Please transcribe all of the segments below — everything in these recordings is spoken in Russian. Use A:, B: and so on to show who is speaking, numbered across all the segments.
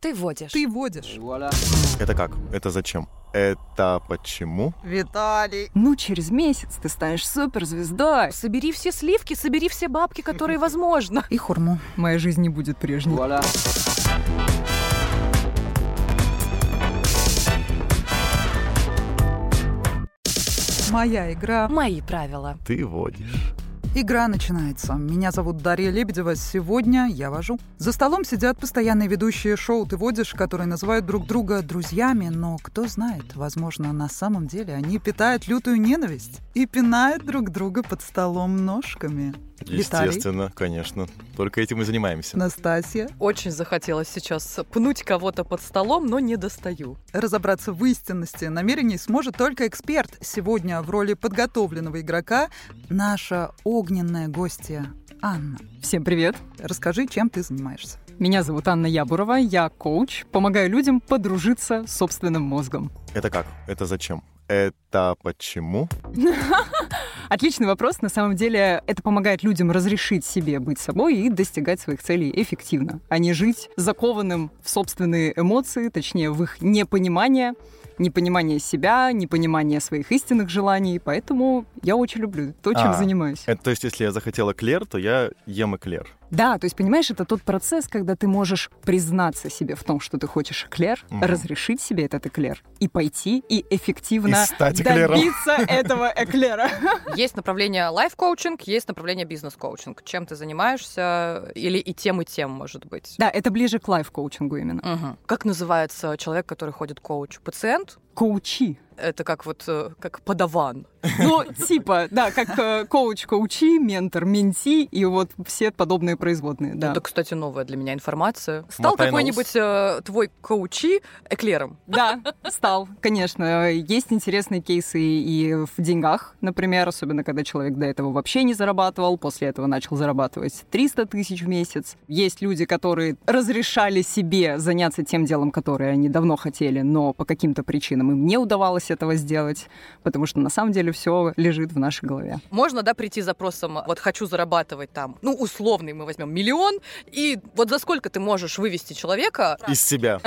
A: Ти водиш.
B: Ты водишь.
C: Это как? Это зачем? Это почему?
B: Виталий.
D: Ну, через месяц ты станешь суперзвездой.
A: Собери все сливки, собери все бабки, которые возможно.
D: И хурму. Моя жизнь не будет прежней.
B: Моя игра.
A: Мои правила.
C: Ты водишь.
B: Игра начинается. Меня зовут Дарья Лебедева. Сегодня я вожу. За столом сидят постоянные ведущие шоу «Ты водишь», которые называют друг друга друзьями, но кто знает, возможно, на самом деле они питают лютую ненависть и пинают друг друга под столом ножками. Виталий.
C: Естественно, конечно. Только этим и занимаемся.
B: Настасья,
E: Очень захотелось сейчас пнуть кого-то под столом, но не достаю.
B: Разобраться в истинности намерений сможет только эксперт. Сегодня в роли подготовленного игрока наша огненная гостья Анна.
D: Всем привет.
B: Расскажи, чем ты занимаешься.
D: Меня зовут Анна Ябурова, я коуч. Помогаю людям подружиться с собственным мозгом.
C: Это как? Это зачем? Это почему?
D: Отличный вопрос. На самом деле это помогает людям разрешить себе быть собой и достигать своих целей эффективно, а не жить закованным в собственные эмоции, точнее в их непонимание, непонимание себя, непонимание своих истинных желаний. Поэтому я очень люблю то, чем
C: А.
D: занимаюсь.
C: Это, то есть, если я захотела эклер, то я ем эклер.
D: Да, то есть, понимаешь, это тот процесс, когда ты можешь признаться себе в том, что ты хочешь эклер,
C: Мгм.
D: разрешить себе этот эклер и пойти и эффективно
C: И стать эклером.
D: добиться этого эклера.
E: Есть направление лайф-коучинг, есть направление бизнес-коучинг. Чем ты занимаешься? Или и тем, и тем, может быть.
D: Да, это ближе к лайф-коучингу именно.
E: Мгм. Как называется человек, который ходит к коучу? Пациент?
D: Коучи.
E: Это как вот, э, как подаван.
D: Ну, типа, да, как э, коуч, коучи, ментор, менти и вот все подобные производные, да.
E: Это, кстати, новая для меня информация. Стал
C: Мотай на
E: какой-нибудь э, твой коучи эклером?
D: Да, стал, конечно. Есть интересные кейсы и в деньгах, например, особенно когда человек до этого вообще не зарабатывал, после этого начал зарабатывать 300 тысяч в месяц. Есть люди, которые разрешали себе заняться тем делом, которое они давно хотели, но по каким-то причинам им не удавалось этого сделать, потому что на самом деле все лежит в нашей голове.
E: Можно, да, прийти с запросом, э, вот хочу зарабатывать там, ну, условный мы возьмем миллион, и вот за сколько ты можешь вывести человека
C: Из себя.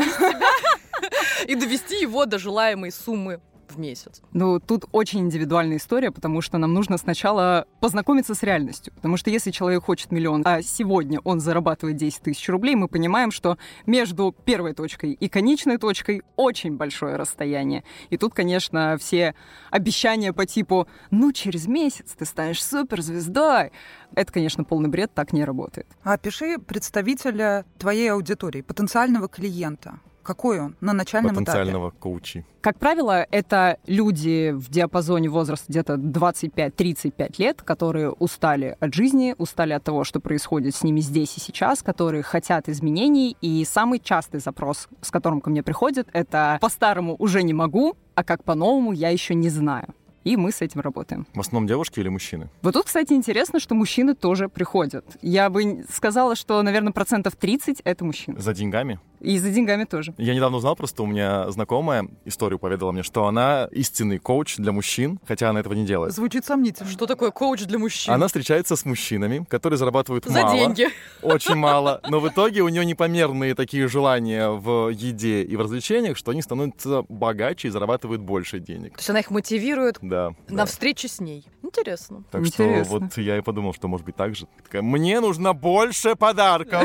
E: и довести его до желаемой суммы в месяц.
D: Ну, тут очень индивидуальная история, потому что нам нужно сначала познакомиться с реальностью. Потому что если человек хочет миллион, а сегодня он зарабатывает 10 тысяч рублей, мы понимаем, что между первой точкой и конечной точкой очень большое расстояние. И тут, конечно, все обещания по типу «ну, через месяц ты станешь суперзвездой» — это, конечно, полный бред, так не работает.
B: Опиши представителя твоей аудитории, потенциального клиента. Какой он на начальном этапе?
C: Потенциального коучи.
D: Как правило, это люди в диапазоне возраста где-то 25-35 лет, которые устали от жизни, устали от того, что происходит с ними здесь и сейчас, которые хотят изменений. И самый частый запрос, с которым ко мне приходят, это «по-старому уже не могу, а как по-новому я еще не знаю». И мы с этим работаем.
C: В основном девушки или мужчины?
D: Вот тут, кстати, интересно, что мужчины тоже приходят. Я бы сказала, что, наверное, процентов 30 — это мужчины.
C: За деньгами?
D: И за деньгами тоже.
C: Я недавно узнал, просто у меня знакомая историю поведала мне, что она истинный коуч для мужчин, хотя она этого не делает.
B: Звучит сомнительно.
E: Что такое коуч для мужчин?
C: Она встречается с мужчинами, которые зарабатывают
E: За
C: мало,
E: деньги.
C: очень мало, но в итоге у нее непомерные такие желания в еде и в развлечениях, что они становятся богаче и зарабатывают больше денег.
E: То есть она их мотивирует
C: Да.
E: на
C: да.
E: встрече с ней. Интересно.
C: Так
D: Интересно.
C: что вот я и подумал, что может быть так же. Такая, Мне нужно больше подарков.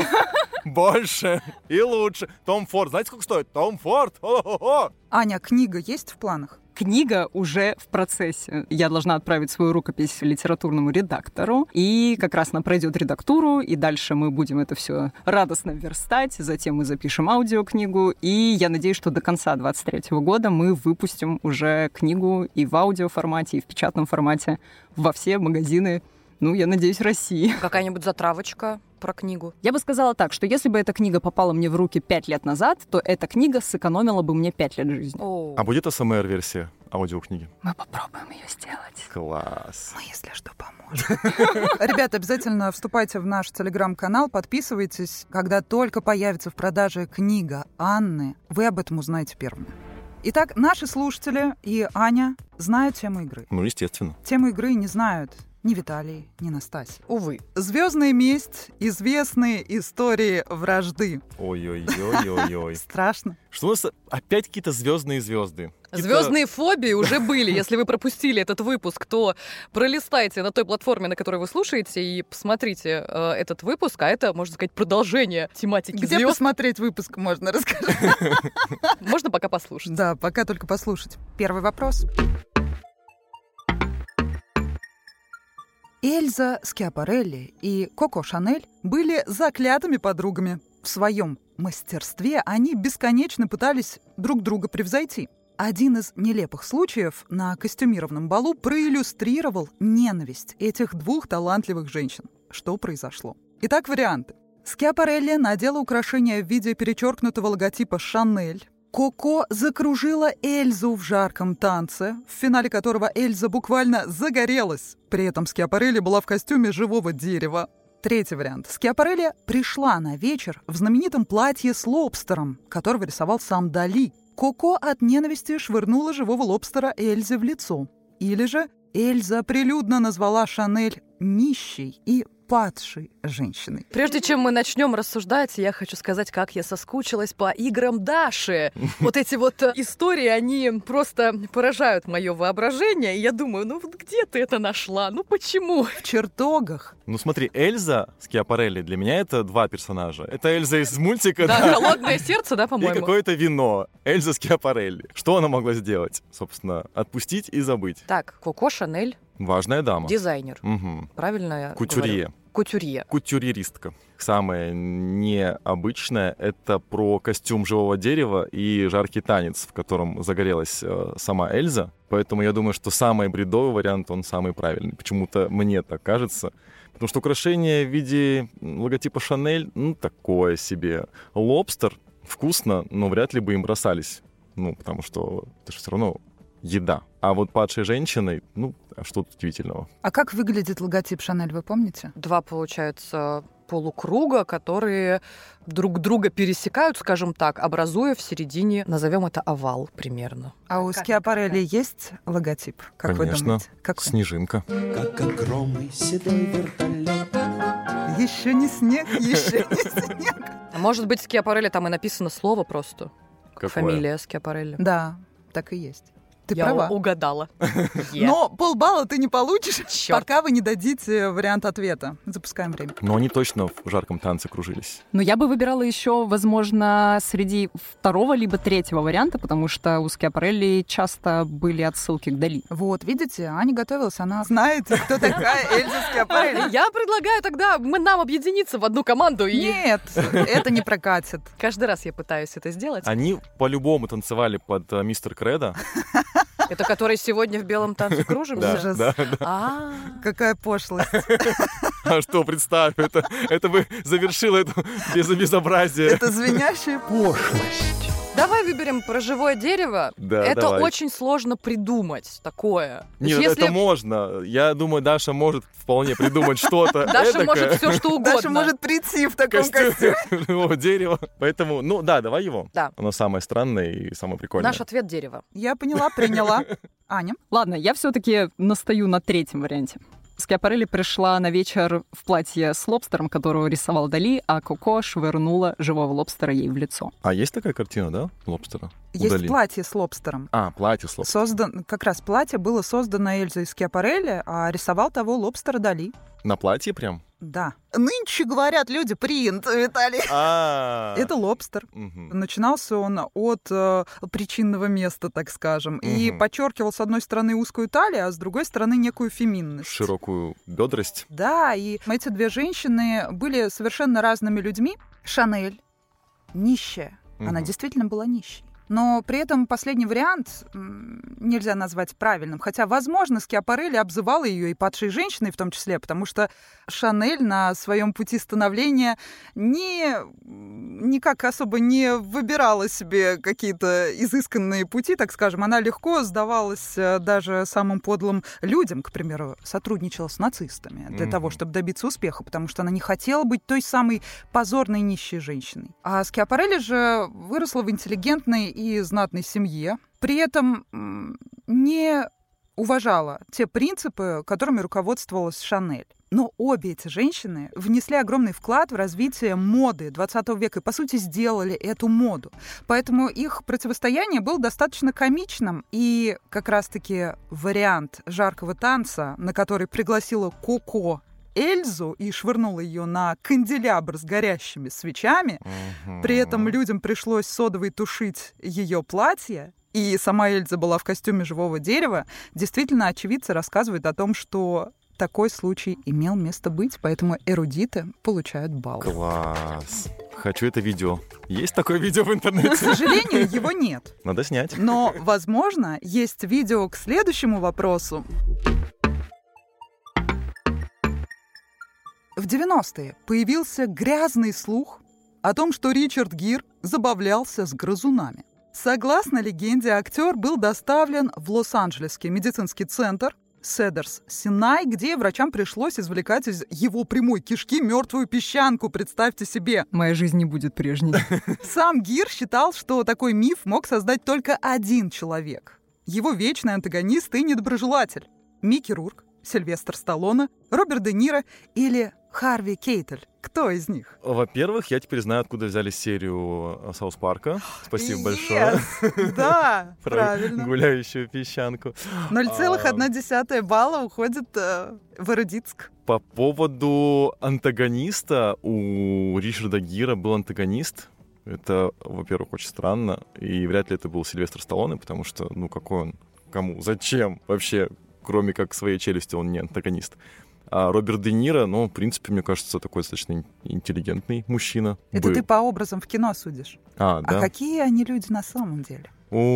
C: Больше и лучше. Том Форд. Знаете, сколько стоит? Том Форд. О-хо-хо!
B: Аня, книга есть в планах?
D: Книга уже в процессе. Я должна отправить свою рукопись литературному редактору, и как раз она пройдет редактуру, и дальше мы будем это все радостно верстать, затем мы запишем аудиокнигу, и я надеюсь, что до конца 2023 года мы выпустим уже книгу и в аудиоформате, и в печатном формате во все магазины, ну, я надеюсь, России.
E: Какая-нибудь затравочка про книгу.
D: Я бы сказала так, что если бы эта книга попала мне в руки пять лет назад, то эта книга сэкономила бы мне пять лет жизни.
E: О,
C: А будет СМР-версия аудиокниги?
D: Мы попробуем ее сделать.
C: Класс.
B: Мы, Ну, если что, поможем. Ребята, обязательно вступайте в наш телеграм-канал, подписывайтесь. Когда только появится в продаже книга Анны, вы об этом узнаете первыми. Итак, наши слушатели и Аня знают тему игры.
C: Ну, естественно.
B: Тему игры не знают ни Виталии, ни Настасьи.
E: Увы.
B: Звездная месть, известные истории вражды.
C: Ой-ой-ой-ой-ой.
B: Страшно.
C: Что у нас опять какие-то звездные звезды?
E: Звездные фобии уже были. Если вы пропустили этот выпуск, то пролистайте на той платформе, на которой вы слушаете, и посмотрите э, этот выпуск. А это, можно сказать, продолжение тематики
B: Где
E: звезд.
B: посмотреть выпуск можно, расскажи.
E: Можно пока послушать.
B: Да, пока только послушать. Первый вопрос. Эльза Скиапарелли и Коко Шанель были заклятыми подругами. В своем мастерстве они бесконечно пытались друг друга превзойти. Один из нелепых случаев на костюмированном балу проиллюстрировал ненависть этих двух талантливых женщин. Что произошло? Итак, варианты. Скиапарелли надела украшение в виде перечеркнутого логотипа «Шанель», Коко закружила Эльзу в жарком танце, в финале которого Эльза буквально загорелась. При этом Скиапарелли была в костюме живого дерева. Третий вариант. Скиапарелли пришла на вечер в знаменитом платье с лобстером, которого рисовал сам Дали. Коко от ненависти швырнула живого лобстера Эльзе в лицо. Или же Эльза прилюдно назвала Шанель нищей и падшей женщиной.
E: Прежде чем мы начнем рассуждать, я хочу сказать, как я соскучилась по играм Даши. Вот эти вот э, истории, они просто поражают мое воображение. И я думаю, ну вот где ты это нашла? Ну почему?
B: В чертогах
C: Ну смотри, Эльза с Киапарелли для меня это два персонажа. Это Эльза из мультика,
E: Да, холодное сердце, да,
C: И
E: по-моему?
C: какое-то вино. Эльза Скиапарелли. Что она могла сделать? Собственно, отпустить и забыть.
E: Так, Коко Шанель,
C: Важная дама.
E: дизайнер.
C: Мгм.
E: Правильно я говорю?
C: Кутюрье.
E: Кутюрье.
C: Кутюреристка. Самое необычное — это про костюм живого дерева и жаркий танец, в котором загорелась э, сама Эльза. Поэтому я думаю, что самый бредовый вариант, он самый правильный. Почему-то мне так кажется. Потому что украшение в виде м, логотипа Шанель, ну, такое себе. Лобстер вкусно, но вряд ли бы им бросались. Ну, потому что это же все равно еда. А вот падшей женщиной, ну, а что тут удивительного?
B: А как выглядит логотип Шанель, вы помните?
E: Два, получается, полукруга, которые друг друга пересекают, скажем так, образуя в середине, назовем это овал примерно.
B: А у
E: Как-
B: Скиапарелли есть логотип? Как вы
C: Конечно.
B: думаете? Какой?
C: Снежинка.
F: Как огромный седой вертолет
B: Еще не снег, еще не снег.
E: А Может быть, Скиапарелли там и написано слово просто.
C: Какое?
E: Фамилия Скиапарелли.
B: Да, так и есть. Ты
E: Я
B: права.
E: у- угадала. Ну,
B: Но полбалла ты не получишь,
E: Чёрт.
B: пока вы не дадите вариант ответа. Запускаем время.
C: Но они точно в жарком танце кружились.
D: Но я бы выбирала еще, возможно, среди второго либо третьего варианта, потому что у Скиапарелли часто были отсылки к Дали.
B: Вот, видите, Аня готовилась, она знает, кто такая Эльза Скиапарелли.
E: Я предлагаю тогда мы нам объединиться в одну команду и...
B: Нет, это не прокатит.
E: Каждый раз я пытаюсь это сделать.
C: Они по-любому танцевали под э, мистер Кредо.
E: Это который сегодня в белом танце кружимся.
B: Ужас.
C: да.
E: А,
B: Какая пошлость.
C: А что, представь, это, это бы завершило это без- безобразие.
B: Это звенящие
F: Пошлость
E: Давай выберем про живое дерево.
C: Да,
E: это
C: давай.
E: очень сложно придумать такое. То есть
C: Нет,
E: если
C: это можно. Я думаю, Даша может вполне придумать что-то
E: Даша
C: эдакое.
E: может все что угодно.
B: Даша может прийти в таком
C: Костюм
B: костюме.
C: живого дерева. Поэтому, ну да, давай его.
E: Да.
C: Оно самое странное и самое прикольное.
E: Наш ответ дерево.
B: Я поняла, приняла. Аня?
D: Ладно, я все-таки настаю на третьем варианте. Скиапарелли пришла на вечер в платье с лобстером, которого рисовал Дали, а Коко швырнула живого лобстера ей в лицо.
C: А есть такая картина, да, лобстера?
B: Есть
C: Удали.
B: платье с лобстером.
C: А, платье с лобстером.
B: Создан, как раз платье было создано Эльзой из Киапарелли, а рисовал того лобстер Дали.
C: На платье прям?
B: Да. Нынче говорят люди принт, Виталий.
C: А.
B: Это лобстер.
C: Мгм.
B: Начинался он от э, причинного места, так скажем, и
C: Мгм.
B: подчеркивал с одной стороны узкую талию, а с другой стороны некую феминность.
C: Широкую бедрость.
B: Да, и эти две женщины были совершенно разными людьми. Шанель нищая. Она
C: Мгм.
B: действительно была нищей. Но при этом последний вариант м, нельзя назвать правильным. Хотя, возможно, Скиапарелли обзывала ее и падшей женщиной в том числе, потому что Шанель на своем пути становления не, никак особо не выбирала себе какие-то изысканные пути, так скажем. Она легко сдавалась э, даже самым подлым людям, к примеру, сотрудничала с нацистами для
C: Мгм.
B: того, чтобы добиться успеха, потому что она не хотела быть той самой позорной нищей женщиной. А Скиапарелли же выросла в интеллигентной и знатной семье, при этом м, не уважала те принципы, которыми руководствовалась Шанель. Но обе эти женщины внесли огромный вклад в развитие моды 20 века и, по сути, сделали эту моду. Поэтому их противостояние было достаточно комичным. И как раз-таки вариант жаркого танца, на который пригласила Коко Эльзу и швырнула ее на канделябр с горящими свечами, при этом людям пришлось содовой тушить ее платье, и сама Эльза была в костюме живого дерева. Действительно, очевидцы рассказывают о том, что такой случай имел место быть, поэтому эрудиты получают балл.
C: Класс. Хочу это видео. Есть такое видео в
B: К
C: интернете?
B: сожалению, его нет.
C: Надо снять.
B: Но, возможно, есть видео к следующему вопросу. В 90-е появился грязный слух о том, что Ричард Гир забавлялся с грызунами. Согласно легенде, актер был доставлен в Лос-Анджелесский медицинский центр Седерс Синай, где врачам пришлось извлекать из его прямой кишки мертвую песчанку, представьте себе.
D: Моя жизнь не будет прежней.
B: Сам Гир считал, что такой миф мог создать только один человек. Его вечный антагонист и недоброжелатель. Микки Рурк, Сильвестр Сталлоне, Роберт Де Ниро или Харви Кейтель. Кто из них?
C: Во-первых, я теперь знаю, откуда взяли серию э, Саус Парка. Спасибо большое.
B: Yes! Да,
C: Про
B: правильно.
C: гуляющую песчанку.
B: 0,1 балла уходит э, в эрудицк.
C: По поводу антагониста, у Ричарда Гира был антагонист. Это, во-первых, очень странно. И вряд ли это был Сильвестр Сталлоне, потому что, ну, какой он? Кому? Зачем? Вообще, кроме как своей челюсти, он не антагонист. А Роберт Де Ниро, ну, в принципе, мне кажется, такой достаточно ин- интеллигентный мужчина.
B: Это
C: был.
B: ты по образам в кино судишь.
C: А, да.
B: А какие они люди на самом деле?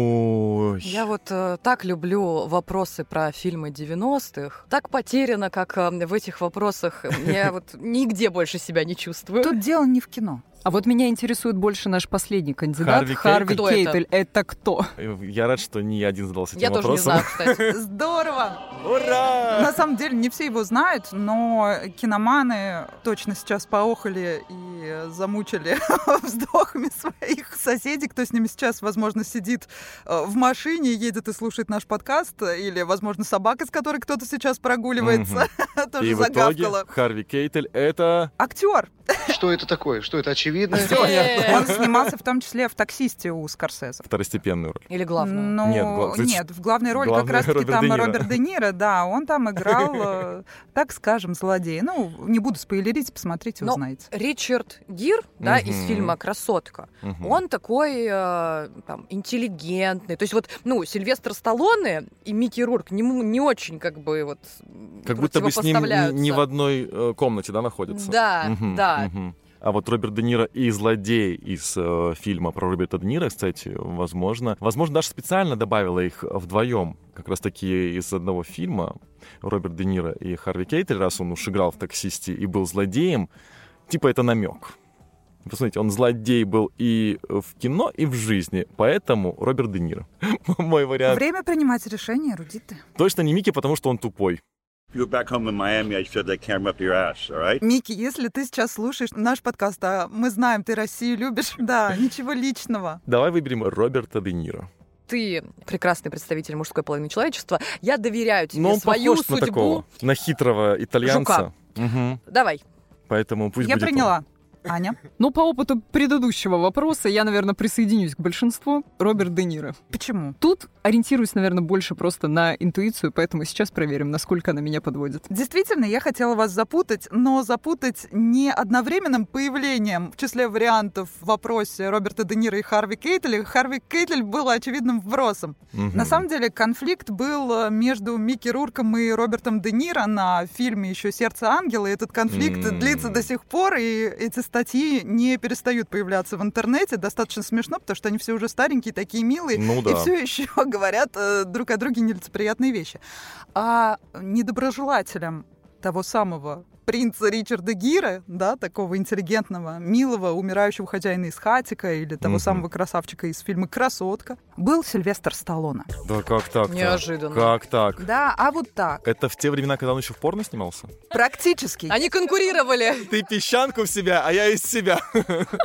C: Ой.
E: Я вот э, так люблю вопросы про фильмы 90-х. Так потеряно, как э, в этих вопросах. Я вот нигде больше себя не чувствую.
B: Тут дело не в кино.
D: А вот меня интересует больше наш последний кандидат.
C: Харви Кейтель?
E: Кто это?
D: Кейтель. Это кто?
C: Я рад, что не я один задался этим
E: Я тоже не
C: вопросом.
E: знаю, кстати.
B: Здорово!
C: Ура!
B: На самом деле не все его знают, но киноманы точно сейчас поохали и замучили вздохами своих соседей, кто с ними сейчас, возможно, сидит э, в машине, едет и слушает наш подкаст, э, или, возможно, собака, с которой кто-то сейчас прогуливается,
C: И
B: тоже
C: в итоге
B: загавкала.
C: Харви Кейтель это...
B: Актер.
F: Что это такое? Что это очевидно?
E: Э,
B: Он снимался в том числе в таксисте у Скорсезе.
C: Второстепенную роль.
E: Или главное.
B: Ну,
C: Нет, гла- значит,
B: нет, в главной роли как
C: главный
B: раз таки
C: Роберт
B: там
C: Де Ниро.
B: Роберт Де Ниро, да, он там играл, э, так скажем, злодея. Ну, не буду спойлерить, посмотрите,
E: Но-
B: узнаете.
E: Ричард Гир, да, из
C: Мгм.
E: фильма «Красотка».
C: Мгм.
E: Он такой э, там, интеллигентный. То есть вот, ну, Сильвестр Сталлоне и Микки Рурк не, м- не очень как бы вот м,
C: Как будто бы с ним не, не
E: противопоставляются.
C: в одной э, комнате, да, находится?
E: Да,
C: Мгм,
E: да.
C: мгм. А вот Роберт Де Ниро и злодей из э, фильма про Роберта Де Ниро, кстати, возможно, возможно, даже специально добавила их вдвоем, как раз таки из одного фильма Роберт Де Ниро и Харви Кейтель, раз он уж играл в таксисте и был злодеем, типа это намек. Посмотрите, он злодей был и в кино, и в жизни, поэтому Роберт Де Ниро. Мой вариант.
B: Время принимать решения, эрудиты.
C: Точно не Микки, потому что он tupой.
G: If you were back home in Miami, I'd shove that camera up your ass, all right?
B: Микки, если ты сейчас слушаешь наш подкаст, а мы знаем, ты Россию любишь, да, ничего личного.
C: Давай выберем Роберта Де Ниро.
E: Ты прекрасный представитель мужской половины человечества. Я доверяю тебе
C: Но он
E: свою
C: похож
E: судьбу.
C: на такого, на хитрого итальянца. Мгм.
E: Давай.
C: Поэтому пусть
B: Я
C: будет он.
B: приняла. Аня,
D: Ну, по опыту предыдущего вопроса, я, наверное, присоединюсь к большинству. Роберт Де Ниро.
B: почему?
D: Тут ориентируюсь, наверное, больше просто на интуицию, поэтому сейчас проверим, насколько она меня подводит.
B: Действительно, я хотела вас запутать, но запутать не одновременным появлением в числе вариантов в вопросе Роберта Де Ниро и Харви Кейтеля. Харви Кейтель был очевидным вбросом.
C: Мгм.
B: На самом деле конфликт был э, между Микки Рурком и Робертом Де Ниро на фильме еще «Сердце ангела». И этот конфликт
C: М.
B: длится до сих пор, и эти статьи не перестают появляться в интернете. Достаточно смешно, потому что они все уже старенькие, такие милые.
C: Ну да.
B: И все еще говорят э, друг о друге нелицеприятные вещи. А недоброжелателем того самого принца Ричарда Гира, да, такого интеллигентного, милого, умирающего хозяина из хатика или того
C: Мгм.
B: самого красавчика из фильма «Красотка», был Сильвестр Сталлоне.
C: Да как так?
E: Неожиданно.
C: Как так?
B: Да, а вот так.
C: Это в те времена, когда он еще в порно снимался?
B: Практически.
E: Они конкурировали.
C: Ты песчанку в себя, а я из себя.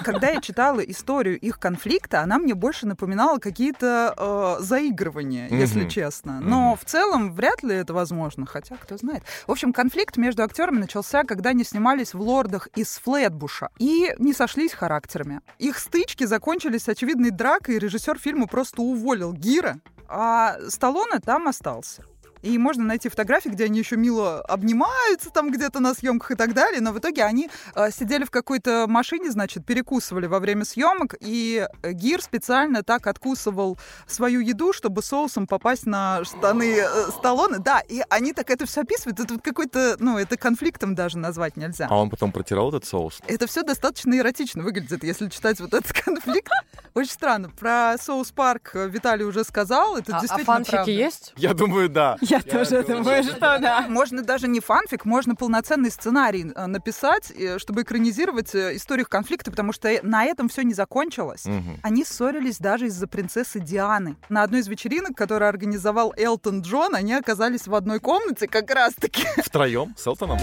B: Когда я читала историю их конфликта, она мне больше напоминала какие-то э, заигрывания,
C: Мгм.
B: если честно. Но
C: Мгм.
B: в целом вряд ли это возможно, хотя кто знает. В общем, конфликт между актерами начался, когда они снимались в «Лордах» из Флетбуша и не сошлись характерами. Их стычки закончились очевидной дракой, и режиссер фильма просто уволил Гира, а Сталлоне там остался. И можно найти фотографии, где они еще мило обнимаются там где-то на съемках и так далее, но в итоге они э, сидели в какой-то машине, значит, перекусывали во время съемок, и э, Гир специально так откусывал свою еду, чтобы соусом попасть на штаны э, Сталлоне. Да, и они так это все описывают. Это вот какой-то, ну, это конфликтом даже назвать нельзя.
C: А он потом протирал этот соус?
B: Это все достаточно эротично выглядит, если читать вот этот конфликт. Очень странно. Про соус парк э, Виталий уже сказал. Это
E: А, а
B: действительно
E: фанфики
B: правда.
E: есть?
C: Я думаю, да.
D: Я тоже думаю, что да.
B: Можно даже не фанфик, можно полноценный сценарий э, написать, э, чтобы экранизировать э, историю их конфликта, потому что э, на этом все не закончилось.
C: Мгм.
B: Они ссорились даже из-за принцессы Дианы. На одной из вечеринок, которую организовал Элтон Джон, они оказались в одной комнате как раз-таки.
C: Втроем с Элтоном?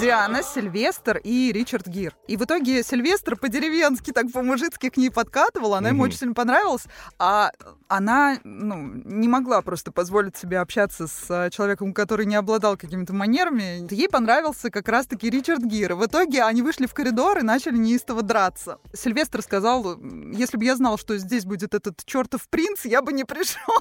B: Диана, Сильвестр и Ричард Гир. И в итоге Сильвестр по-деревенски, так по-мужицки к ней подкатывал, она ему
C: Мгм.
B: очень сильно понравилась, а она ну, не могла просто позволить себе общаться с э, человеком, который не обладал какими-то манерами. Ей понравился как раз-таки Ричард Гир. И в итоге они вышли в коридор и начали неистово драться. Сильвестр сказал, если бы я знал, что здесь будет этот чертов принц, я бы не пришел.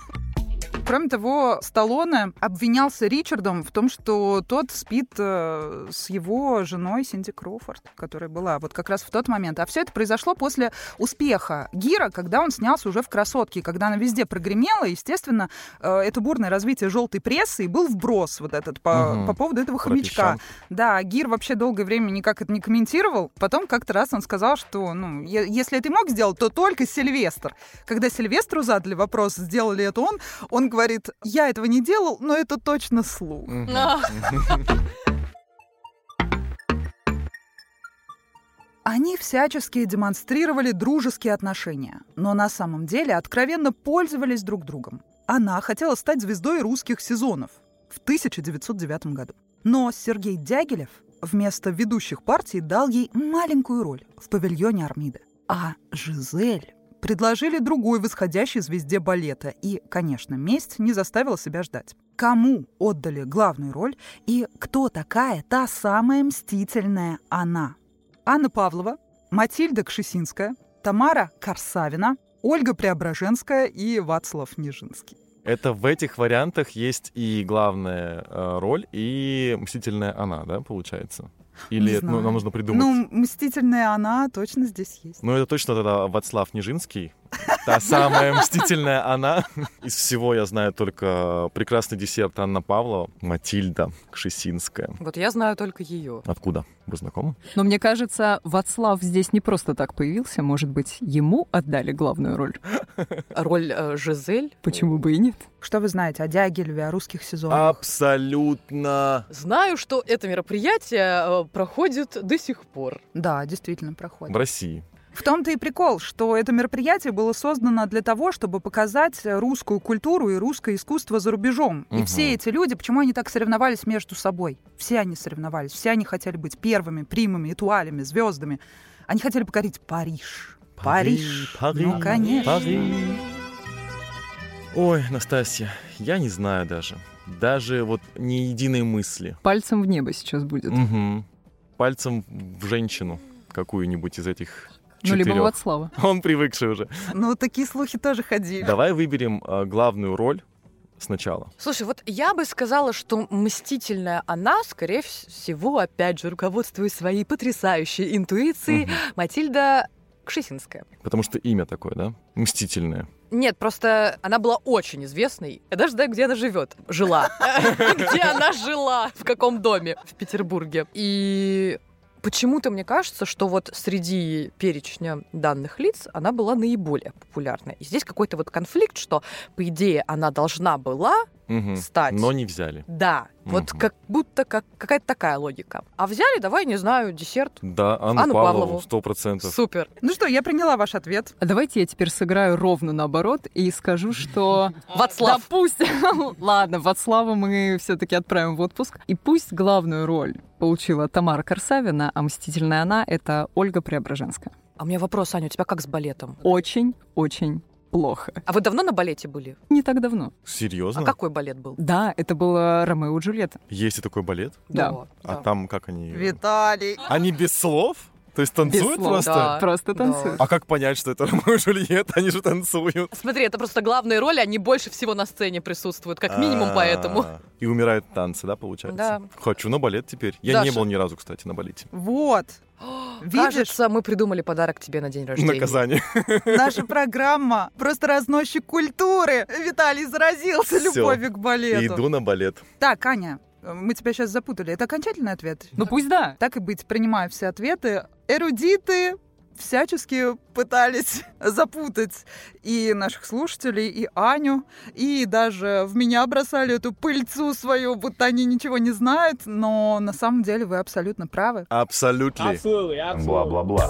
B: Кроме того, Сталлоне обвинялся Ричардом в том, что тот спит э, с его женой Синди Кроуфорд, которая была вот как раз в тот момент. А все это произошло после успеха Гира, когда он снялся уже в «Красотке», когда она везде прогремела, и, естественно, э, это бурное развитие желтой прессы, и был вброс вот этот по,
C: Мгм.
B: по поводу этого
C: Про
B: хомячка.
C: песчанку.
B: Да, Гир вообще долгое время никак это не комментировал. Потом как-то раз он сказал, что ну, е- если это и мог сделать, то только Сильвестр. Когда Сильвестру задали вопрос, сделали это он, он говорит, я этого не делал, но это точно слух.
C: Мгм.
E: А,
B: Они всячески демонстрировали дружеские отношения, но на самом деле откровенно пользовались друг другом. Она хотела стать звездой русских сезонов в 1909 году. Но Сергей Дягилев вместо ведущих партий дал ей маленькую роль в павильоне Армиды. А Жизель предложили другой восходящей звезде балета, и, конечно, месть не заставила себя ждать. Кому отдали главную роль и кто такая та самая мстительная она? Анна Павлова, Матильда Кшесинская, Тамара Корсавина, Ольга Преображенская и Вацлав Нижинский.
C: Это в этих вариантах есть и главная э, роль, и мстительная она, да, получается? Или
B: Не
C: это, ну,
B: знаю.
C: нам нужно придумать? Ну...
B: Ну, мстительная она точно здесь есть.
C: это точно тогда Вацлав Нижинский. Та самая мстительная она. Из всего я знаю только э, прекрасный десерт Анна Павлова, Матильда Кшесинская.
A: Вот я знаю только ее.
C: Откуда? Вы знакомы?
D: Но мне кажется, Вацлав здесь не просто так появился. Может быть, ему отдали главную роль?
A: Роль э, Жизель.
D: Почему бы и нет?
B: Что вы знаете о Дягилеве, о русских
C: А
B: сезонах?
C: Абсолютно.
E: Знаю, что это мероприятие э, проходит до сих пор.
B: Да, действительно, проходит.
C: В России.
B: В том-то и прикол, что это мероприятие было создано для того, чтобы показать э, русскую культуру и русское искусство за рубежом. И
C: Мгм.
B: все эти люди, почему они так соревновались между собой? Все они соревновались, все они хотели быть первыми, примами, этуалями, звездами. Они хотели покорить Париж. Париж.
C: Пари,
B: Ну, конечно.
C: Пари. Ой, Настасья, я не знаю даже. Даже вот ни единой мысли.
D: Пальцем в небо сейчас будет.
C: Мгм. Пальцем в женщину какую-нибудь из этих
D: Ну, либо
C: четырёх.
D: Вацлава.
C: Он привыкший уже.
B: Ну, такие слухи тоже ходили.
C: Давай выберем э, главную роль сначала.
E: Слушай, вот я бы сказала, что мстительная она, скорее всего, опять же, руководствуясь своей потрясающей интуицией,
C: Мгм.
E: Матильда Кшесинская.
C: Потому что имя такое, да? Мстительное.
E: Нет, просто она была очень известной. Я даже знаю, где она живет. Жила. Где она жила? В каком доме? В Петербурге. И почему-то мне кажется, что вот среди перечня данных лиц она была наиболее популярна. И здесь какой-то вот конфликт, что, по идее, она должна была
C: Мгм.
E: стать.
C: Но не взяли.
E: Да, вот
C: Мгм.
E: как будто как, какая-то такая логика. А взяли, давай, не знаю, десерт.
C: Да, Анну,
E: Анну
C: Павлову,
E: Павлову.
C: сто процентов.
E: Супер.
B: Ну что, я приняла ваш ответ.
D: А давайте я теперь сыграю ровно наоборот и скажу, что...
E: Вацлав.
D: Да пусть... Ладно, Вацлава мы все-таки отправим в отпуск. И пусть главную роль получила Тамара Корсавина, а «Мстительная она» — это Ольга Преображенская.
E: А у меня вопрос, Аня, у тебя как с балетом?
D: Очень-очень плохо.
E: А вы давно на балете были?
D: Не так давно.
C: Серьезно?
E: А какой балет был?
D: Да, это было Ромео и Джульетта.
C: Есть и такой балет?
D: Да.
C: А там как они? А
B: Виталий.
C: Они без слов? То есть танцуют
D: слов,
C: просто?
E: да.
D: Просто
E: Да.
D: танцует.
C: А как понять, что это Ромео и Джульетта? Они же танцуют.
E: Смотри, это просто главные роли, они больше всего на сцене присутствуют, как минимум поэтому.
C: А, И умирают танцы, да, получается?
E: Да.
C: Хочу на балет теперь. Я не
E: Даша.
C: был ни разу, кстати, на балете.
B: Вот. Видишь,
E: Кажется, мы придумали подарок тебе на день рождения.
C: Наказание.
B: наша программа просто разносчик культуры. Виталий заразился
C: Всё.
B: любовью к балету.
C: Иду на балет.
B: Так, Аня, э, мы тебя сейчас запутали. Это окончательный ответ?
D: Ну пусть да.
B: Так и быть, принимаю все ответы. Эрудиты всячески пытались запутать и наших слушателей, и Аню, и даже в меня бросали эту пыльцу свою, будто они ничего не знают, но на самом деле вы абсолютно правы.
C: Абсолютно.
G: Бла-бла-бла.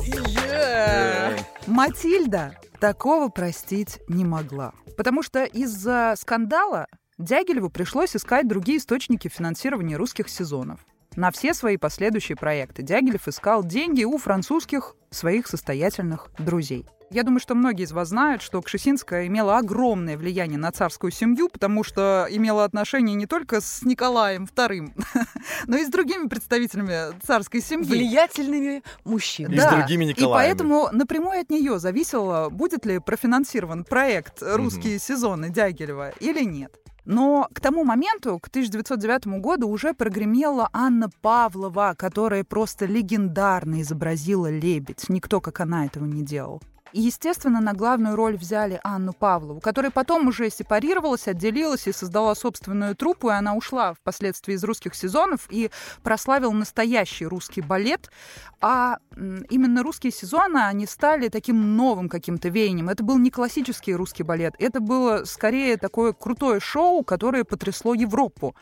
B: Матильда такого простить не могла, потому что из-за скандала Дягилеву пришлось искать другие источники финансирования русских сезонов. На все свои последующие проекты Дягилев искал деньги у французских своих состоятельных друзей. Я думаю, что многие из вас знают, что Кшесинская имела огромное влияние на царскую семью, потому что имела отношение не только с Николаем II, но и с другими представителями царской семьи.
E: Влиятельными мужчинами.
C: И с
B: Да.
C: другими Николаями.
B: И поэтому напрямую от нее зависело, будет ли профинансирован проект «Русские сезоны» Дягилева или нет. Но к тому моменту, к 1909 году, уже прогремела Анна Павлова, которая просто легендарно изобразила «Лебедь». Никто, как она, этого не делал. И, естественно, на главную роль взяли Анну Павлову, которая потом уже сепарировалась, отделилась и создала собственную труппу, и она ушла впоследствии из русских сезонов и прославил настоящий русский балет, а м, именно русские сезоны, они стали таким новым каким-то веянием. Это был не классический русский балет, это было скорее такое крутое шоу, которое потрясло Европу.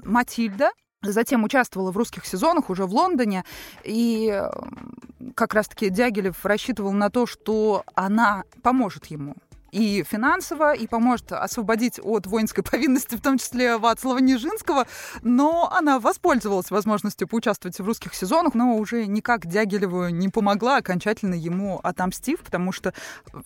B: Матильда затем участвовала в русских сезонах уже в Лондоне, и э, как раз-таки Дягилев рассчитывал на то, что она поможет ему и финансово, и поможет освободить от воинской повинности, в том числе Вацлава Нижинского, но она воспользовалась возможностью поучаствовать в русских сезонах, но уже никак Дягилеву не помогла, окончательно ему отомстив, потому что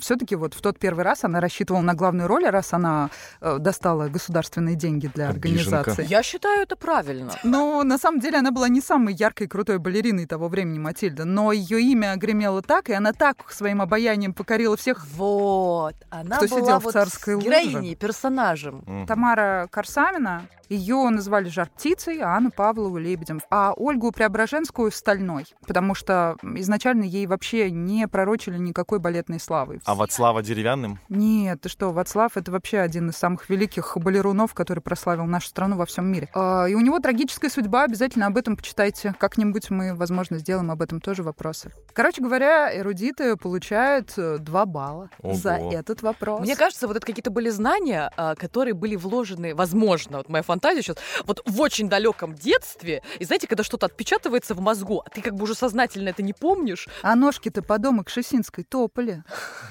B: все-таки вот в тот первый раз она рассчитывала на главную роль, а раз она э, достала государственные деньги для
C: Обиженка.
B: организации.
E: Я считаю это правильно.
B: Но Ну, на самом деле она была не самой яркой и крутой балериной того времени, Матильда, но ее имя гремело так, и она так своим обаянием покорила всех.
E: Вот. Она
B: Кто
E: была
B: сидел в
E: вот
B: царской луже?
E: героиней, персонажем.
C: Мгм.
B: Тамара Корсамина, ее назвали жар-птицей, а Анну Павлову — лебедем, а Ольгу Преображенскую — стальной, потому что изначально ей вообще не пророчили никакой балетной славы.
C: А Вацлава деревянным?
B: Нет, ты что, Вацлав — это вообще один из самых великих балерунов, который прославил нашу страну во всем мире. А, И у него трагическая судьба, обязательно об этом почитайте. Как-нибудь мы, возможно, сделаем об этом тоже вопросы. Короче говоря, эрудиты получают э, два балла
C: Ого.
B: за этот вопрос.
E: Мне кажется, вот это какие-то были знания, а, которые были вложены, возможно, вот моя фантазия сейчас, вот в очень далеком детстве. И знаете, когда что-то отпечатывается в мозгу, а ты как бы уже сознательно это не помнишь,
B: А ножки-то по дому к Шесинской топали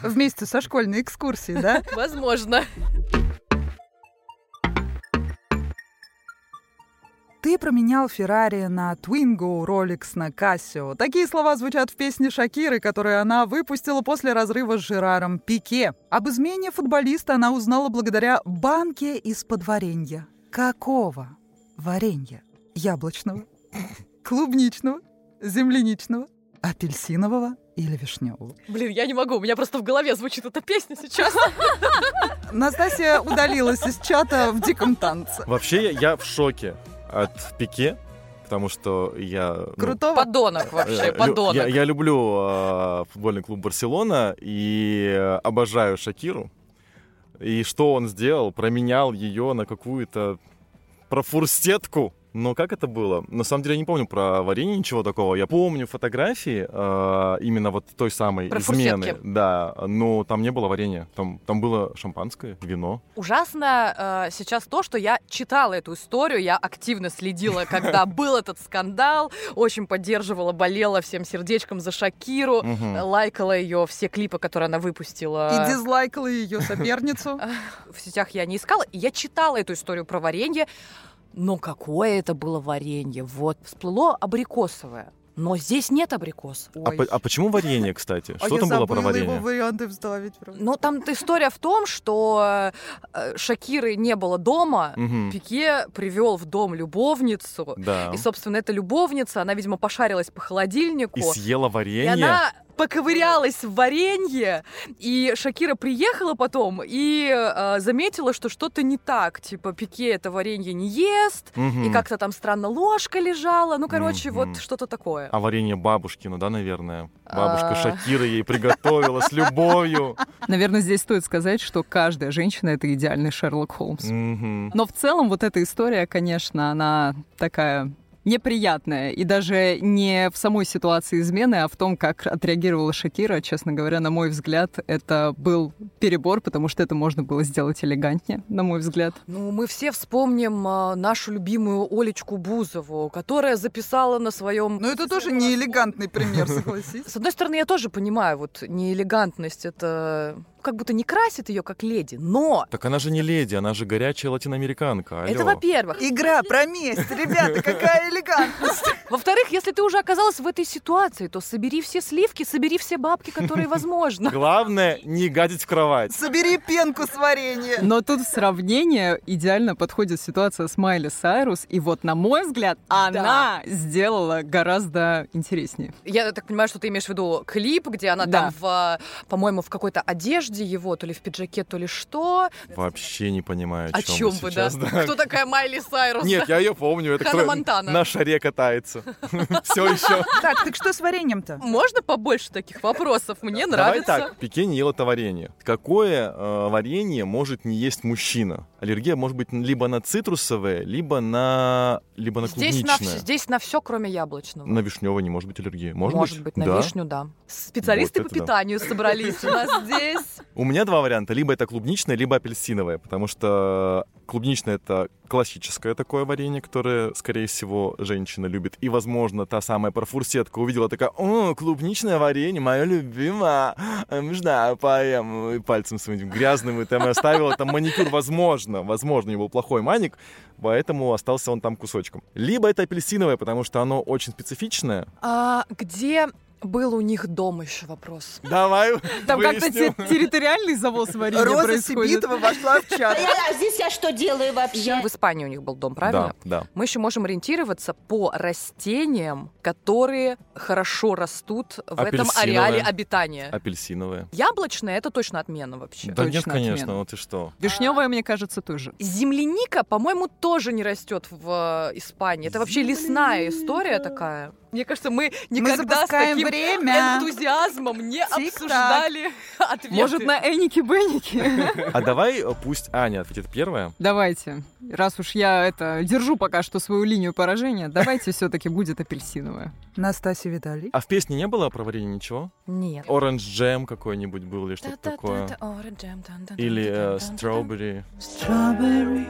B: вместе со школьной экскурсией, да?
E: возможно.
B: Ты променял Феррари на Твинго, Роликс на Кассио. Такие слова звучат в песне Шакиры, которую она выпустила после разрыва с Жераром Пике. Об измене футболиста она узнала благодаря банке из-под варенья. Какого варенья? Яблочного, клубничного, земляничного, апельсинового или вишневого?
E: Блин, я не могу, у меня просто в голове звучит эта песня сейчас.
B: Настасья удалилась из чата в диком танце.
C: Вообще, я, я в шоке от пике, потому что я... ну,
B: Крутого
E: Подонок
C: Э,
E: вообще,
C: лю-
E: подонок.
C: Я, я люблю э, футбольный клуб Барселона и э, обожаю Шакиру. И что он сделал? Променял ее на какую-то профурстетку Но как это было? На самом деле я не помню про варенье ничего такого. Я помню фотографии э, именно вот той самой
E: Про
C: измены.
E: фурсетки.
C: Да, но там не было варенья. Там, там было шампанское, вино.
E: Ужасно э, сейчас то, что я читала эту историю, я активно следила, когда был этот скандал, очень поддерживала, болела всем сердечком за Шакиру,
C: Мгм. А
E: лайкала ее все клипы, которые она
B: И
E: выпустила.
B: дизлайкала ее соперницу.
E: В сетях я не искала, и я читала эту историю про варенье, но какое это было варенье? Вот всплыло абрикосовое, но здесь нет абрикосов.
C: А, по- а почему варенье, кстати?
B: А
C: Что
B: я
C: там было про
B: забыла
C: варенье?
B: его варианты вставить. правда.
E: Ну, там история в том, что э, Шакиры не было дома,
C: Мгм.
E: Пике привел в дом любовницу,
C: Да.
E: И, собственно, эта любовница, она, видимо, пошарилась по холодильнику.
C: И съела
E: и
C: варенье.
E: она поковырялась в варенье, и Шакира приехала потом и э, заметила, что что-то не так. Типа, Пике это варенье не ест,
C: Мгм.
E: и как-то там странно ложка лежала. Ну, короче,
C: Мгм.
E: вот что-то такое.
C: А варенье бабушкину, да, наверное? Бабушка
E: А.
C: Шакира ей приготовила с любовью.
D: Наверное, здесь стоит сказать, что каждая женщина — это идеальный Шерлок Холмс.
C: Мгм.
D: Но в целом вот эта история, конечно, она такая неприятная. И даже не в самой ситуации измены, а в том, как отреагировала Шакира, честно говоря, на мой взгляд, это был перебор, потому что это можно было сделать элегантнее, на мой взгляд.
E: Ну, мы все вспомним э, нашу любимую Олечку Бузову, которая записала на своем...
B: Но Ну, это тоже не элегантный пример, согласись.
E: С одной стороны, я тоже понимаю, вот неэлегантность, это как будто не красит ее как леди, но
C: Так она же не леди, она же горячая латиноамериканка. Алло.
E: это во-первых.
B: Игра про месть, ребята, какая элегантность.
E: Во-вторых, если ты уже оказалась в этой ситуации, то собери все сливки, собери все бабки, которые возможно.
C: Главное не гадить в кровать.
B: Собери пенку с варенья.
D: Но тут в сравнение идеально подходит ситуация с Майли Сайрус. И вот, на мой взгляд, она сделала гораздо интереснее.
E: Я так понимаю, что ты имеешь в виду клип, где она
D: Да.
E: там, в, э, по-моему, в какой-то одежде его, то ли в пиджаке, то ли что.
C: Вообще не понимаю,
E: О чем вы, да?
C: сейчас,
E: Кто такая Майли Сайрус?
C: Нет, я ее помню. Это
E: Ханна
C: кто
E: Монтана.
C: на шаре катается. Все еще.
B: Так, так что с вареньем-то?
E: Можно побольше таких вопросов? Мне
C: Давай
E: нравится.
C: так, Пике не ел это варенье. Какое э, варенье может не есть мужчина? Аллергия может быть либо на цитрусовое, либо на, либо на
E: Здесь на,
C: клубничное.
E: вс- здесь на все, кроме яблочного.
C: На вишневое не может быть аллергия. Может,
E: быть, на
C: да.
E: вишню, да. Специалисты
C: Вот
E: по
C: это да.
E: питанию собрались у нас здесь.
C: У меня два варианта. Либо это клубничное, либо апельсиновое. Потому что клубничное — это классическое такое варенье, которое, скорее всего, женщина любит. И, возможно, та самая профурсетка увидела такая, «О, клубничное варенье, мое любимое! Эм, Жда, поем!» И пальцем своим грязным и там и оставила. Там маникюр, возможно, возможно, у него был плохой маник, поэтому остался он там кусочком. Либо это апельсиновое, потому что оно очень специфичное.
E: А где был у них дом еще вопрос?
C: Давай
D: Там как-то
C: выясним.
D: те- территориальный завоз варенья
B: Роза
D: происходит.
B: Сибитова вошла в чат.
H: А здесь я что делаю вообще?
E: В Испании у них был дом, правильно?
C: Да, да.
E: Мы еще можем ориентироваться по растениям, которые хорошо растут в этом
C: Апельсиновое.
E: ареале обитания.
C: Апельсиновое.
E: Яблочное это точно отмена вообще.
C: Да нет,
D: Э? Точно
C: конечно,
D: отмена.
C: ну ты что?
D: Вишневая, мне кажется, тоже.
E: Земляника, по-моему, тоже не растет в э, Испании. Это вообще лесная история такая. Мне кажется, мы никогда с
B: запускаем
E: таким
B: время.
E: энтузиазмом не
B: Тик-так.
E: обсуждали ответы.
D: Может, на Эники-Беники?
C: А давай э, пусть Аня ответит первая.
D: Давайте. Раз уж я это держу пока что свою линию поражения, давайте все-таки будет апельсиновая.
B: Настасья Виталий.
C: А в песне не было про варенье ничего?
E: Нет.
C: Orange джем какой-нибудь был или что-то такое? Или э, strawberry. Но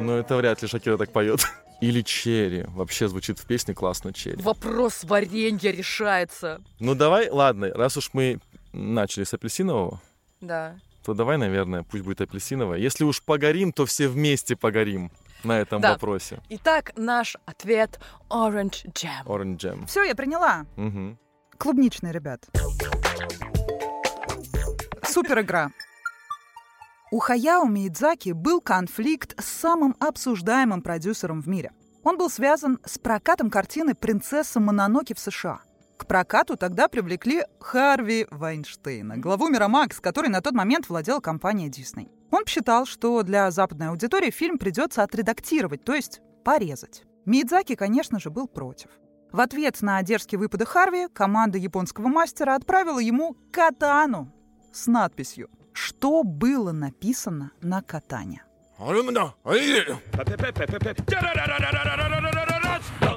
C: Ну, это вряд ли Шакира так поет. Или черри. Вообще звучит в песне классно черри.
E: Вопрос варенья решается.
C: Ну давай, ладно, раз уж мы начали с апельсинового,
E: Да.
C: то давай, наверное, пусть будет апельсиновое. Если уж погорим, то все вместе погорим на этом
E: Да.
C: вопросе.
E: Итак, наш ответ Orange Jam.
C: Orange джем.
B: Все, я приняла.
C: Мгм.
B: Клубничный, ребят. Супер игра. У Хаяо Миядзаки был конфликт с самым обсуждаемым продюсером в мире. Он был связан с прокатом картины «Принцесса Мононоки» в США. К прокату тогда привлекли Харви Вайнштейна, главу Мирамакс, который на тот момент владел компанией Дисней. Он считал, что для западной аудитории фильм придется отредактировать, то есть порезать. Миядзаки, конечно же, был против. В ответ на дерзкие выпады Харви команда японского мастера отправила ему катану с надписью «Что было написано на катане?».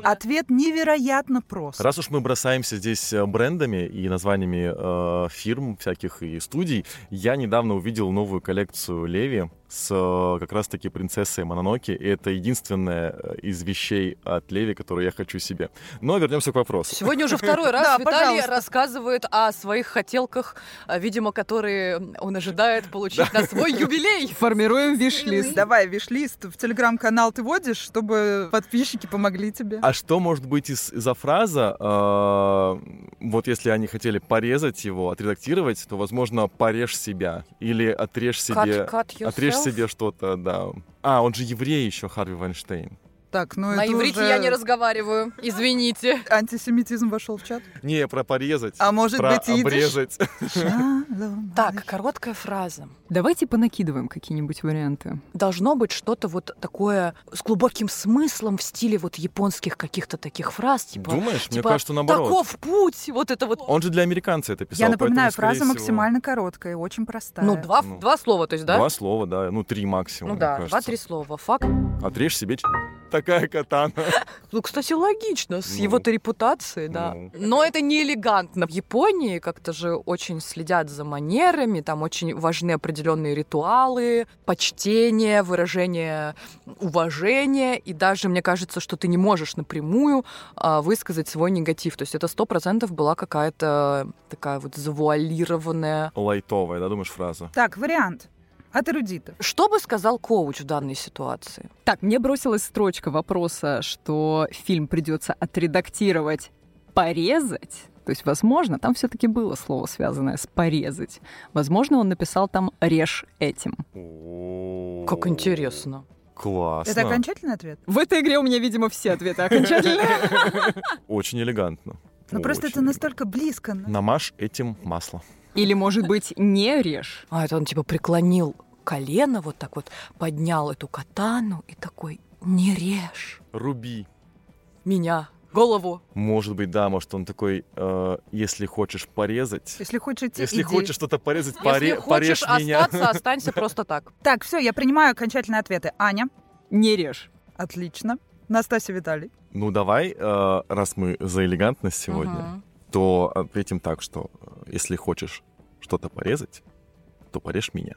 B: Ответ невероятно прост.
C: Раз уж мы бросаемся здесь э, брендами и названиями э, фирм всяких и студий, я недавно увидел новую коллекцию Леви с э, как раз-таки принцессой Мононоки. И это единственное э, из вещей от Леви, которую я хочу себе. Но вернемся к вопросу.
E: Сегодня уже второй раз
B: Да,
E: Виталий
B: пожалуйста.
E: рассказывает о своих хотелках, а, видимо, которые он ожидает получить на свой юбилей.
D: Формируем виш-лист.
B: Давай виш-лист в телеграм-канал ты водишь, чтобы подписчики помогли тебе.
C: А что может быть из, за фраза, э, вот если они хотели порезать его, отредактировать, то, возможно, порежь себя или отрежь себе, отрежь себе что-то, да. А, он же еврей еще, Харви Вайнштейн.
B: Так, ну
E: На
B: это
E: иврите
B: уже
E: я не разговариваю, извините.
B: Антисемитизм вошел в чат.
C: Не, про порезать.
B: А может
C: про
B: быть, идиш?
C: обрезать.
B: Шалом.
E: Так, короткая фраза.
D: Давайте понакидываем какие-нибудь варианты.
E: Должно быть что-то вот такое с глубоким смыслом в стиле вот японских каких-то таких фраз, типа...
C: Думаешь? Мне
E: типа,
C: кажется, наоборот.
E: Таков путь, вот это вот.
C: Он же для американца это писал.
B: Я напоминаю,
C: поэтому, скорее
B: фраза
C: всего,
B: максимально короткая, очень простая.
E: Ну, два,
C: Ну.
E: два слова, то есть, да?
C: Два слова, да, ну три максимум,
E: ну
C: мне
E: да,
C: кажется.
E: два-три слова. Факт.
C: Отрежь себе ч- такая катана.
E: Ну, кстати, логично, с
C: Ну.
E: его-то репутацией, да.
C: Ну.
E: Но это не элегантно. В Японии как-то же очень следят за манерами, там очень важны определенные ритуалы, почтение, выражение уважения, и даже, мне кажется, что ты не можешь напрямую а, высказать свой негатив. То есть это сто процентов была какая-то такая вот завуалированная...
C: Лайтовая, да, думаешь, фраза?
B: Так, вариант. От эрудитов.
E: Что бы сказал коуч в данной ситуации?
D: Так, мне бросилась строчка вопроса, что фильм придется отредактировать, порезать. То есть, возможно, там все-таки было слово, связанное с порезать. Возможно, он написал там «режь этим».
E: Как интересно.
C: Классно.
B: Это окончательный ответ?
D: В этой игре у меня, видимо, все ответы окончательные.
C: Очень элегантно.
B: Ну, просто
C: Очень
B: это настолько близко. ну.
C: Намажь этим масло.
D: Или, может быть, не режь.
E: А это он типа преклонил колено, вот так вот поднял эту катану и такой «Не режь
C: Руби.
E: меня, голову».
C: Может быть, да, может, он такой, э, если хочешь порезать...
B: Если хочешь идти,
C: Если
B: иди.
C: хочешь что-то порезать,
E: Если
C: поре-
E: хочешь
C: порежь меня.
E: остаться, останься просто так.
B: Так, все, я принимаю окончательные ответы. Аня.
D: Не режь.
B: Отлично. Настасья Виталий.
C: Ну, давай, э, раз мы за элегантность сегодня,
E: Мгм.
C: то ответим так, что э, если хочешь что-то порезать, то порежь меня.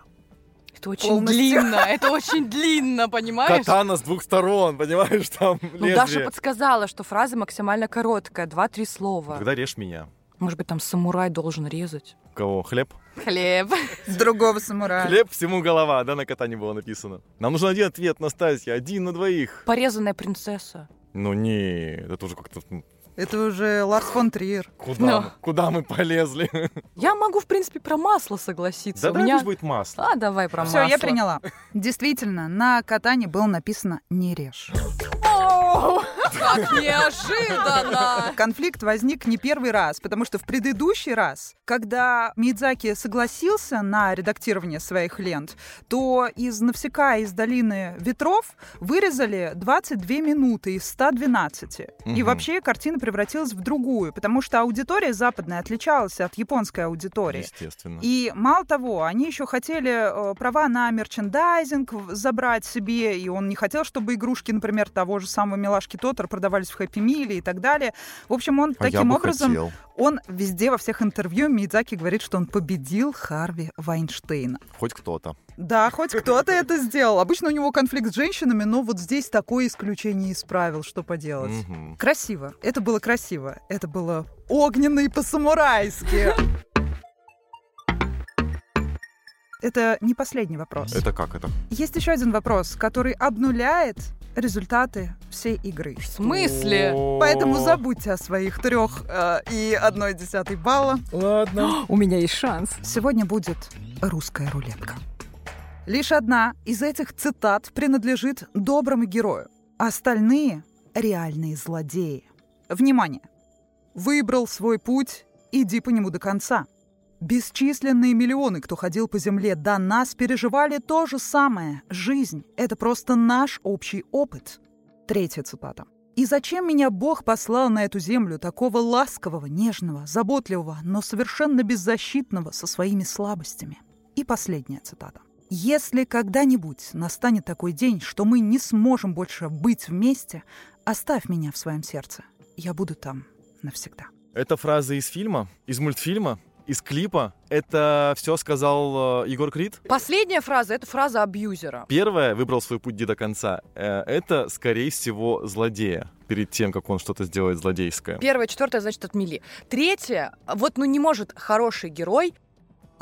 E: Это очень
B: Полностью.
E: длинно, а это очень длинно, понимаешь?
C: Катана с двух сторон, понимаешь, там
E: Ну, Даша подсказала, что фраза максимально короткая, два-три слова.
C: Когда режь меня.
E: Может быть, там самурай должен резать?
C: Кого? Хлеб?
E: Хлеб.
B: С другого самурая.
C: Хлеб всему голова, да, на катане было написано. Нам нужен один ответ, Настасья, один на двоих.
E: Порезанная принцесса.
C: Ну не, это тоже как-то... ну,
B: Это уже Ларс фон Триер.
C: Куда,
E: Но.
C: мы, куда мы полезли?
E: Я могу, в принципе, про масло согласиться.
C: Да,
E: У
C: да,
E: меня...
C: пусть будет масло.
E: А, давай про масло.
B: Все, я приняла. Действительно, на катане было написано «не режь».
E: О, Как неожиданно!
B: Конфликт возник не первый раз, потому что в предыдущий раз, когда Мидзаки согласился на редактирование своих лент, то из «Навсека» из «Долины ветров» вырезали 22 минуты из 112. И
C: Мгм.
B: вообще картина превратилась в другую, потому что аудитория западная отличалась от японской
E: А,
B: аудитории.
C: Естественно.
B: И мало того, они еще хотели э, права на мерчендайзинг в- забрать себе, и он не хотел, чтобы игрушки, например, того же самого Милашки Тотор продавались в Хэппи Миле и так далее. В общем, он
C: А я
B: таким
C: бы
B: образом,
C: хотел.
B: он везде во всех интервью Мидзаки говорит, что он победил Харви Вайнштейна.
C: Хоть кто-то.
B: Да, хоть кто-то это сделал. Обычно у него конфликт с женщинами, но вот здесь такое исключение из правил, что поделать.
C: Мгм.
B: Красиво. Это было красиво. Это было огненно и по-самурайски. Это не последний вопрос.
C: Это как это?
B: Есть еще один вопрос, который обнуляет результаты всей игры.
E: В смысле?
B: Поэтому забудьте о своих трех э, и одной десятой балла.
C: Ладно.
D: У меня есть шанс.
B: Сегодня будет русская рулетка. Лишь одна из этих цитат принадлежит доброму герою. а Остальные — реальные злодеи. Внимание! Выбрал свой путь, иди по нему до конца. Бесчисленные миллионы, кто ходил по земле до нас, переживали то же самое. Жизнь — это просто наш общий опыт. Третья цитата. «И зачем меня Бог послал на эту землю такого ласкового, нежного, заботливого, но совершенно беззащитного со своими слабостями?» И последняя цитата. Если когда-нибудь настанет такой день, что мы не сможем больше быть вместе, оставь меня в своем сердце. Я буду там навсегда.
C: Это фраза из фильма, из мультфильма, из клипа. Это все сказал э, Егор Крид.
E: Последняя фраза — это фраза абьюзера.
C: Первое, выбрал свой путь не до конца. э, Это, скорее всего, злодея. Перед тем, как он что-то сделает злодейское.
E: Первое, четвертое, значит, отмели. Третье, вот ну не может хороший герой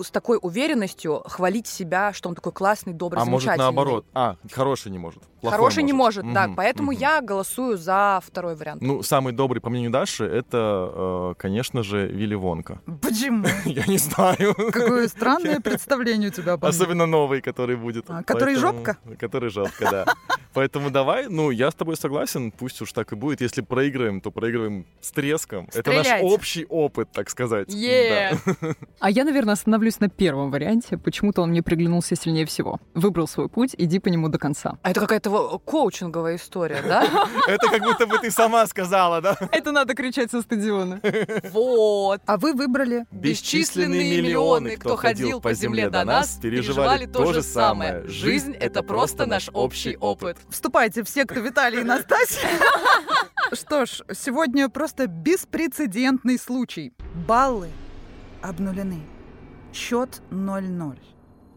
E: с такой уверенностью хвалить себя, что он такой классный, добрый,
C: А может
E: замечательный.
C: наоборот? А, хороший не может. плохой
E: Хороший не может, да.
C: Мгм,
E: Поэтому
C: мгм.
E: я голосую за второй вариант.
C: Ну, самый добрый, по мнению Даши, это, э, конечно же, Вилли Вонка.
B: Почему?
C: Я не знаю.
B: Какое странное представление у тебя обо мне.
C: Особенно новый, который будет.
B: А, который
C: Поэтому-
B: жопка?
C: Который жопка, да. Поэтому давай, ну, я с тобой согласен, пусть уж так и будет. Если проигрываем, то проигрываем с треском. Это наш
E: Стреляйте.
C: общий опыт, так сказать.
E: Е.
C: Да.
D: А я, наверное, остановлюсь на первом варианте. Почему-то он мне приглянулся сильнее всего. Выбрал свой путь, иди по нему до конца.
E: А это какая-то во- коучинговая история, да?
C: Это как будто бы ты сама сказала, да?
D: Это надо кричать со стадиона.
E: Вот.
B: А вы выбрали
E: Бесчисленные миллионы, кто ходил по земле до нас, переживали то же самое. Жизнь — это просто наш общий опыт.
B: Вступайте в секту Виталия и Настасья. Что ж, сегодня просто беспрецедентный случай. Баллы обнулены. Счет 0-0.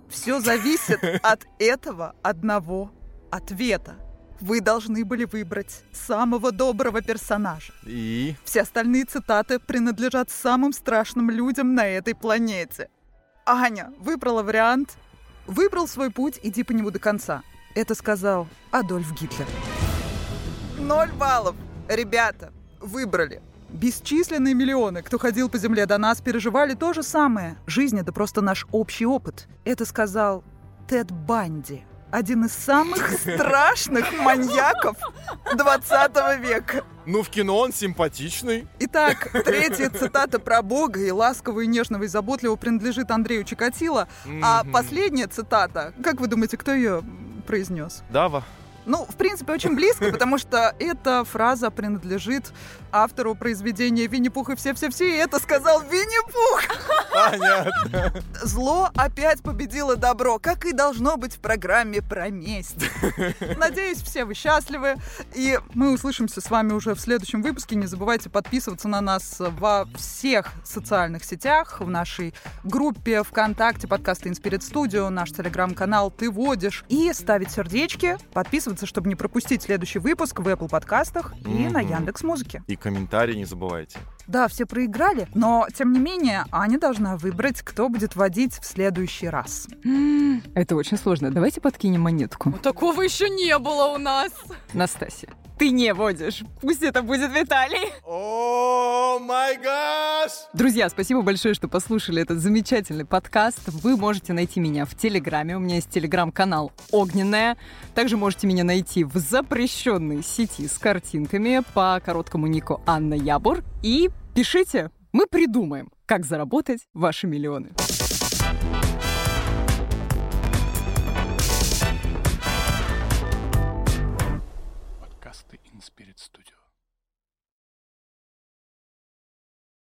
B: Все зависит от этого одного ответа. Вы должны были выбрать самого доброго персонажа.
C: И
B: Все остальные цитаты принадлежат самым страшным людям на этой планете. Аня выбрала вариант «Выбрал свой путь, иди по нему до конца». Это сказал Адольф Гитлер. Ноль баллов. Ребята, выбрали. Бесчисленные миллионы, кто ходил по земле до нас, переживали то же самое. Жизнь — это просто наш общий опыт. Это сказал Тед Банди, один из самых страшных маньяков 20 века.
C: ну в кино он симпатичный.
B: Итак, третья цитата про Бога и ласкового, и нежного, и заботливого принадлежит Андрею Чикатило. А
C: Мгм.
B: последняя цитата, как вы думаете, кто ее произнес?
C: Дава.
B: Ну, в принципе, очень близко, потому что эта фраза принадлежит автору произведения «Винни-Пух и все-все-все», и это сказал Винни-Пух!
C: Понятно.
B: Зло опять победило добро, как и должно быть в программе про месть. Надеюсь, все вы счастливы, и мы услышимся с вами уже в следующем выпуске. Не забывайте подписываться на нас во всех социальных сетях, в нашей группе ВКонтакте, подкасты Inspirit Studio, наш телеграм-канал «Ты водишь», и ставить сердечки, подписываться, чтобы не пропустить следующий выпуск в Apple подкастах и на
C: Мгм.
B: Яндекс Музыке.
C: И комментарии не забывайте.
B: Да, все проиграли, но, тем не менее, Аня должна выбрать, кто будет водить в следующий раз.
D: Это очень сложно. Давайте подкинем монетку.
E: Вот Такого еще не было у нас.
D: Настасья, ты не водишь. Пусть это будет Виталий.
C: О май гаш!
D: Друзья, спасибо большое, что послушали этот замечательный подкаст. Вы можете найти меня в Телеграме. У меня есть Телеграм-канал «Огненная». Также можете меня найти в запрещенной сети с картинками по короткому нику Анна Ябор. И пишите, мы придумаем, как заработать ваши миллионы.